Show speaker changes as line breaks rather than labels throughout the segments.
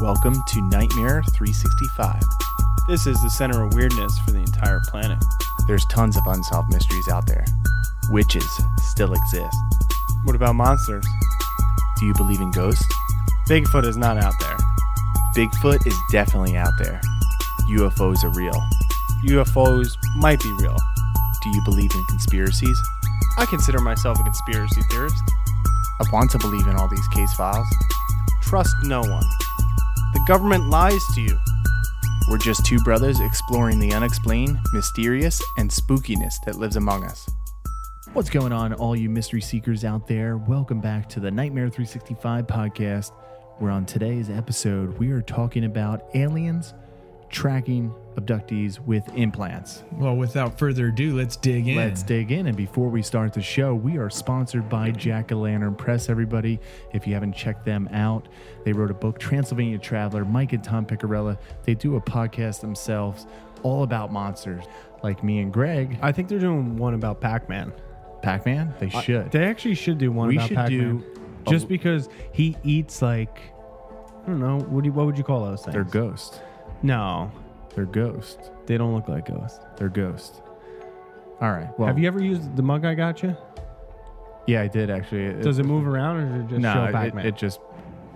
Welcome to Nightmare 365.
This is the center of weirdness for the entire planet.
There's tons of unsolved mysteries out there. Witches still exist.
What about monsters?
Do you believe in ghosts?
Bigfoot is not out there.
Bigfoot is definitely out there. UFOs are real.
UFOs might be real.
Do you believe in conspiracies?
I consider myself a conspiracy theorist.
I want to believe in all these case files.
Trust no one. The government lies to you.
We're just two brothers exploring the unexplained, mysterious, and spookiness that lives among us. What's going on, all you mystery seekers out there? Welcome back to the Nightmare 365 podcast, where on today's episode, we are talking about aliens tracking abductees with implants.
Well, without further ado, let's dig in.
Let's dig in. And before we start the show, we are sponsored by Jack O' Lantern Press, everybody. If you haven't checked them out, they wrote a book, Transylvania Traveler, Mike and Tom Picarella. They do a podcast themselves all about monsters, like me and Greg.
I think they're doing one about Pac Man.
Pac Man, they should.
They actually should do one
We
about
should
Pac Man.
do a-
Just because he eats, like, I don't know, what, do you, what would you call those things?
They're ghosts.
No,
They're ghosts.
they don't look like ghosts.
They're ghosts. All right. Well,
Have you ever used the mug I got you?
yeah, I did actually. It-
Does it move around or does it just
no,
show
it,
Pac Man?
it just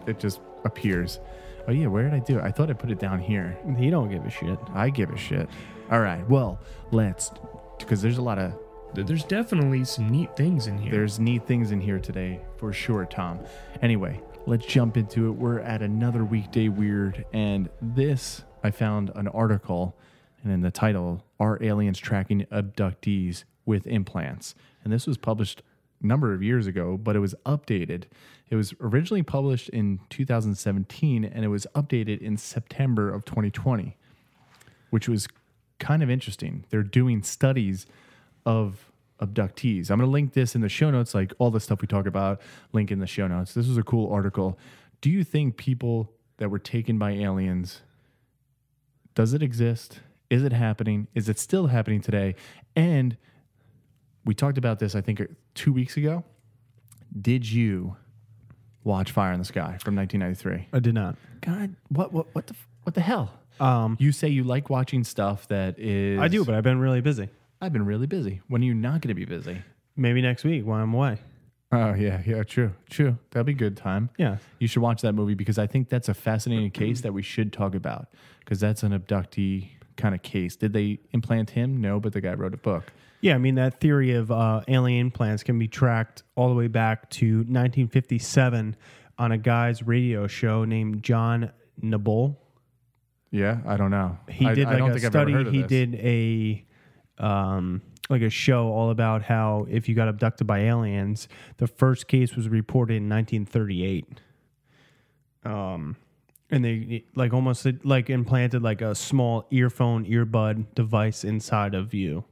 it just appears. Oh yeah, where did I do it? I thought I put it down here.
he don't give a shit.
I give a shit. All right. Well, let's because there's a lot of
Th- There's definitely some neat things in here.
there's neat things in here today for sure, Tom. Anyway, let's jump into it. We're at another weekday weird and this I found an article and in the title are aliens tracking abductees with implants. And this was published a number of years ago, but it was updated. It was originally published in 2017 and it was updated in September of 2020 which was kind of interesting. They're doing studies of abductees. I'm going to link this in the show notes, like all the stuff we talk about, link in the show notes. This was a cool article. Do you think people that were taken by aliens, does it exist? Is it happening? Is it still happening today? And we talked about this, I think, two weeks ago. Did you watch Fire in the Sky from 1993?
I did not.
God, what, what, what the, f- what the hell?
Um,
You say you like watching stuff that is.
I do, but I've been really busy.
I've been really busy. When are you not going to be busy?
Maybe next week while I'm away.
Oh yeah, yeah, true, true. That'd be a good time.
Yeah.
you should watch that movie because I think that's a fascinating case that we should talk about because that's an abductee kind of case. Did they implant him? No, but the guy wrote a book.
Yeah, I mean that theory of uh, alien plants can be tracked all the way back to 1957 on a guy's radio show named John Nabol.
Yeah, I don't know.
He
I,
did
I
like
don't
a
think I've ever
study.
heard of
He
this.
did a um, like a show all about how if you got abducted by aliens, the first case was reported in 1938. Um, and they like almost like implanted like a small earphone earbud device inside of you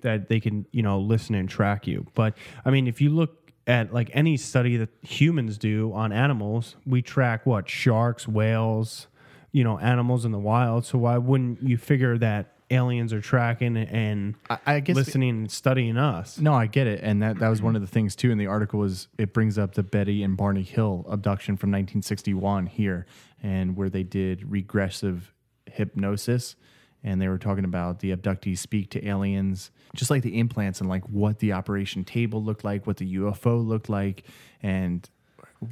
that they can you know listen and track you but i mean if you look at like any study that humans do on animals we track what sharks whales you know animals in the wild so why wouldn't you figure that aliens are tracking and
I, I guess
listening and studying us
No, I get it, and that that was
Mm-hmm.
one of the things too in the article was it brings up the Betty and Barney Hill abduction from 1961 here, and where they did regressive hypnosis, and they were talking about the abductees speak to aliens, just like the implants and like what the operation table looked like, what the UFO looked like, and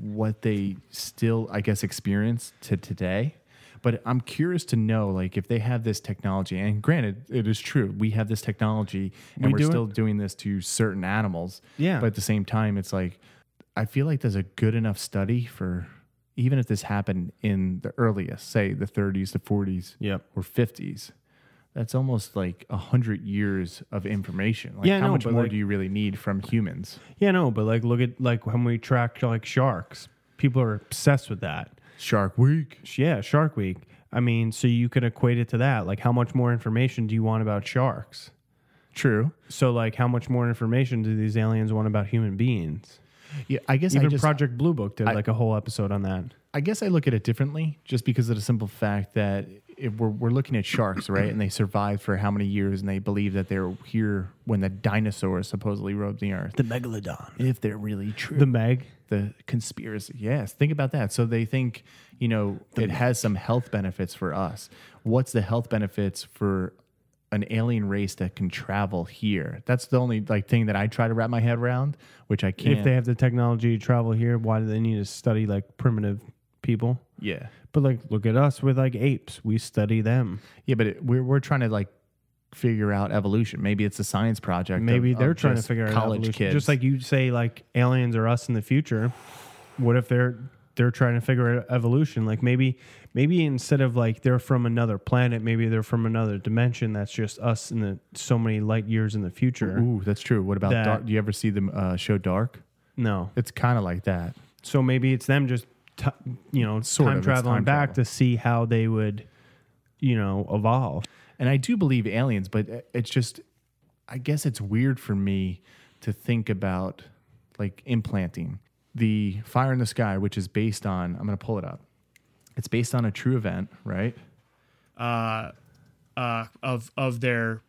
what they still I guess experience to today. But I'm curious to know, like, if they have this technology, and granted, it is true, we have this technology, and
We
we are
do it.
still doing this to certain animals.
Yeah.
But at the same time, it's like I feel like there's a good enough study for even if this happened in the earliest, say the 30s, the 40s,
yep
or 50s. That's almost like a hundred years of information. Like
Yeah, I
how
know,
much
but
more
like-
do you really need from humans?
yeah no but like look at like when we track like sharks people are obsessed with that
Shark Week.
yeah shark week i mean so you can equate it to that like how much more information do you want about sharks
True.
So, like, how much more information do these aliens want about human beings?
Yeah, I guess I
Even
just,
Project Blue Book did like a whole episode on that.
I guess I look at it differently just because of the simple fact that if we're, we're looking at sharks, right? And they survived for how many years and they believe that they were here when the dinosaurs supposedly roamed the earth.
The megalodon.
If they're really true.
The meg.
the conspiracy. Yes, think about that. So they think, you know, it has some health benefits for us. What's the health benefits for an alien race that can travel here? That's the only like thing that I try to wrap my head around, which I can't.
If they have the technology to travel here, why do they need to study like primitive people?
yeah,
But like, look at us. We're like apes. We study them.
yeah, but it, we're we're trying to like figure out evolution. Maybe it's a science project.
Maybe
of- of
they're trying to
just
figure out
college
evolution.
kids,
Just like you say, like aliens are us in the future. What if they're they're trying to figure out evolution? Like maybe maybe instead of like they're from another planet, maybe they're from another dimension. That's just us in the so many light years in the future.
Ooh, that's true. What about
That-
Dark? Do you ever see the uh, show Dark?
No,
It's kind of like that.
so maybe it's them just t- you know
Sort
time
of, it's
traveling
time
back
travel.
to see how they would you know evolve.
And I do believe aliens, but uh, it's just, I guess it's weird for me to think about like implanting the Fire in the Sky, which is based on, I'm going to pull it up. It's based on a true event, right?
uh, uh, of of their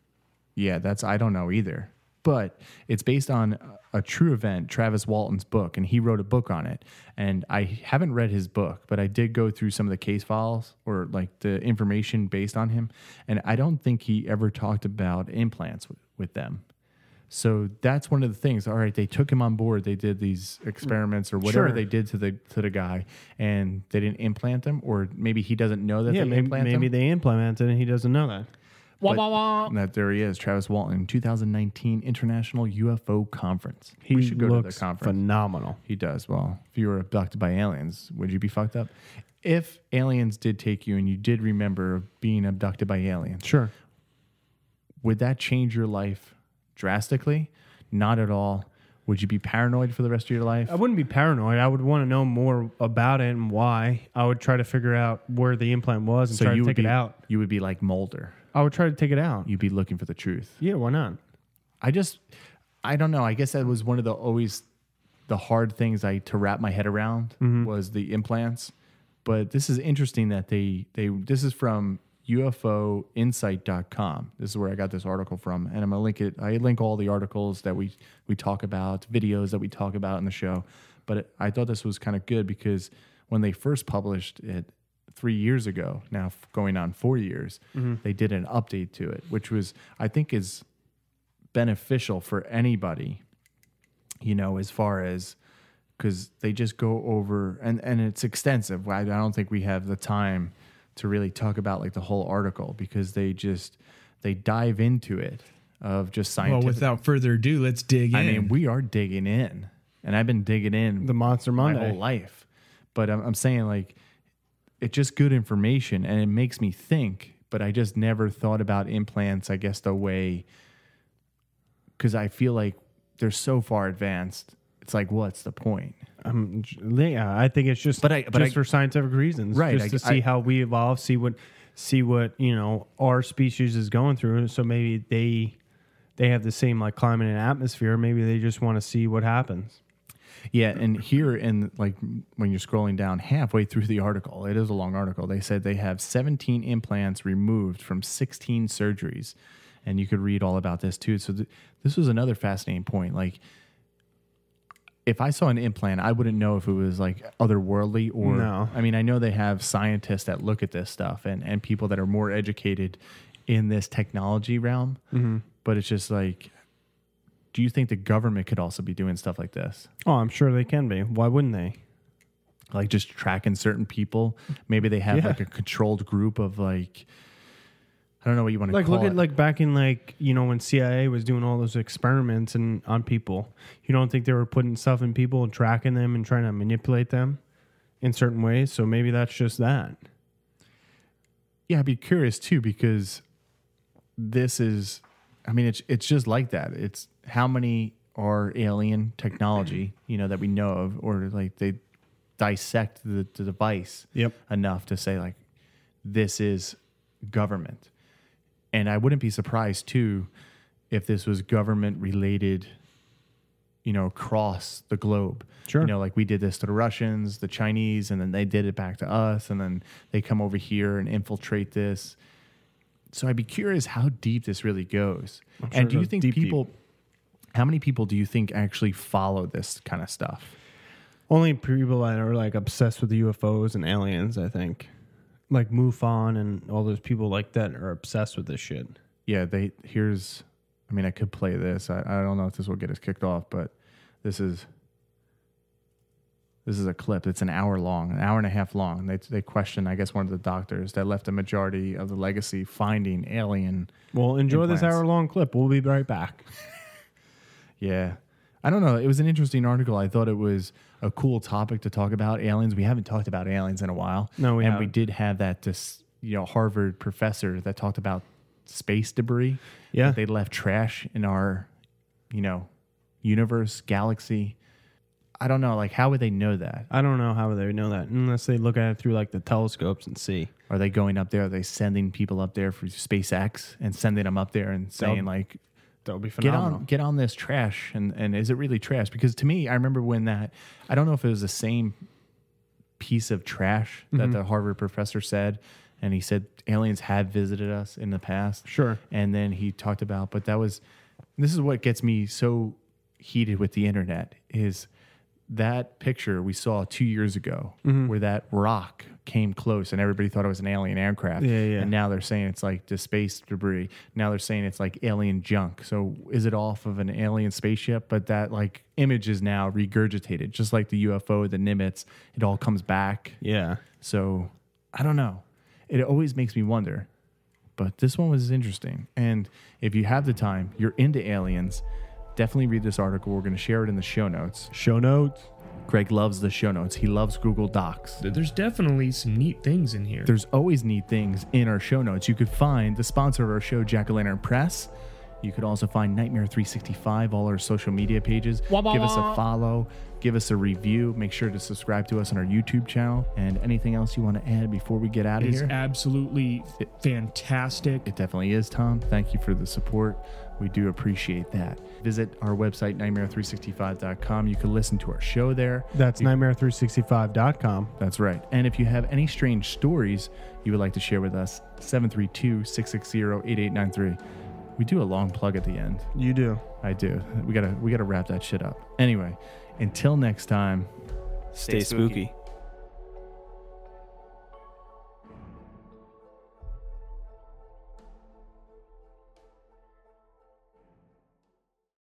Yeah, that's I don't know either. But it's based on a true event, Travis Walton's book, and he wrote a book on it. And I haven't read his book, but I did go through some of the case files or like the information based on him. And I don't think he ever talked about implants w- with them. So that's one of the things. All right, they took him on board. They did these experiments or whatever
Sure.
they did to the to the guy, and they didn't implant them, or maybe he doesn't know that
Yeah,
they
maybe,
implant them.
maybe they implement it and he doesn't know that.
wah
But-
wah wah.
And that there he is, Travis Walton, 2019 International UFO Conference.
He
we should go to
looks
the conference.
phenomenal.
he does. Well, if you were abducted by aliens, would you be fucked up? If aliens did take you and you did remember being abducted by aliens,
Sure.
would that change your life drastically? Not at all. Would you be paranoid for the rest of your life?
I wouldn't be paranoid. I would want to know more about it and why. I would try to figure out where the implant was and try to
would
take
be,
it out.
You would be like Mulder.
I would try to take it out.
You'd be looking for the truth.
Yeah, why not?
I just, I don't know. I guess that was one of the always the hard things I to wrap my head around was the implants. But this is interesting that they they this is from UFOinsight.com. This is where I got this article from, and I'm gonna link it. I link all the articles that we we talk about, videos that we talk about in the show. But it, I thought this was kind of good because when they first published it three years ago, now f- going on four years, they did an update to it, which was I think is beneficial for anybody you know as far as because they just go over and and it's extensive I, I don't think we have the time to really talk about like the whole article because they just they dive into it of just
Well,
scientific
without further ado, let's dig
i
in.
mean we are digging in and i've been digging in
The Monster
my
Monday.
whole life. But I'm, I'm saying like it's just good information and it makes me think. But I just never thought about implants. I guess the way because I feel like they're so far advanced. It's like what's the point?
Um, j- yeah, I think it's just
But I- but
just
I-
for scientific reasons,
Right,
Just
I-
to see
I-
how we evolve, see what see what you know our species is going through. So maybe they they have the same like climate and atmosphere. Maybe they just want to see what happens.
Yeah, and here in like when you're scrolling down halfway through the article, it is a long article. They said they have 17 implants removed from 16 surgeries, and you could read all about this too. So th- this was another fascinating point. Like, if I saw an implant, I wouldn't know if it was like otherworldly or.
No.
I mean, I know they have scientists that look at this stuff and and people that are more educated in this technology realm, but it's just like. Do you think the government could also be doing stuff like this?
Oh, I'm sure they can be. Why wouldn't they?
like just tracking certain people. Maybe they have
Yeah.
like a controlled group of like I don't know what you want to
like
call
look
it.
at like back in like you know when CIA was doing all those experiments and on people. You don't think they were putting stuff in people and tracking them and trying to manipulate them in certain ways? So maybe that's just that.
yeah, I'd be curious too because this is I mean it's it's just like that. It's how many are alien technology, you know, that we know of or like they dissect the, the device
Yep.
enough to say like this is government. And I wouldn't be surprised too if this was government related you know, across the globe.
Sure.
You know, like we did this to the Russians, the Chinese, and then they did it back to us, and then they come over here and infiltrate this. So I'd be curious how deep this really goes.
sure
and
it
do you
goes
think
deep, deep.
people how many people do you think actually follow this kind of stuff?
Only people that are like obsessed with UFOs and aliens, I think. Like MUFON and all those people like that are obsessed with this shit.
yeah, they here's. I mean, I could play this. I, I don't know if this will get us kicked off, but this is this is a clip. It's an hour long, an hour and a half long. They they question, I guess, one of the doctors that left a majority of the legacy finding alien.
Well, enjoy this
Implants.
hour long clip. We'll be right back.
Yeah, I don't know. It was an interesting article. I thought it was a cool topic to talk about aliens. We haven't talked about aliens in a while.
No, we
and we
haven't.
did have that dis, you know Harvard professor that talked about space debris.
Yeah.
that they left trash in our, you know, universe, galaxy. I don't know. Like, how would they know that?
I don't know how they know that unless they look at it through like the telescopes and see.
Are they going up there? Are they sending people up there for SpaceX and sending them up there and saying like,
That would be
get
phenomenal.
on, get on this trash? And and is it really trash? Because to me, I remember when that. I don't know if it was the same piece of trash
Mm-hmm.
that the Harvard professor said, and he said aliens had visited us in the past.
Sure.
and then he talked about but that was this is what gets me so heated with the internet is that picture we saw two years ago
Mm-hmm.
where that rock came close and everybody thought it was an alien aircraft
Yeah, yeah.
and now they're saying it's like the space debris now they're saying it's like alien junk so is it off of an alien spaceship but that like image is now regurgitated just like the ufo the nimitz it all comes back
Yeah.
so I don't know. It always makes me wonder. But this one was interesting. And if you have the time, you're into aliens, definitely read this article. We're going to share it in the show notes.
Show notes.
Greg loves the show notes, he loves Google Docs.
There's definitely some neat things in here.
There's always neat things in our show notes. You could find the sponsor of our show, Jack O' Lantern Press. You could also find Nightmare 365, all our social media pages.
Wah, wah,
give us a
wah.
follow, give us a review. Make sure to subscribe to us on our YouTube channel. And anything else you want to add before we get out of
It is
here?
absolutely fantastic.
It definitely is, Tom. Thank you for the support. We do appreciate that. Visit our website, nightmare365.com. You can listen to our show there.
That's nightmare365.com.
That's right. And if you have any strange stories you would like to share with us, 732 660 8893. We do a long plug at the end.
You do.
I do. We gotta we gotta wrap that shit up. Anyway, until next time.
Stay spooky.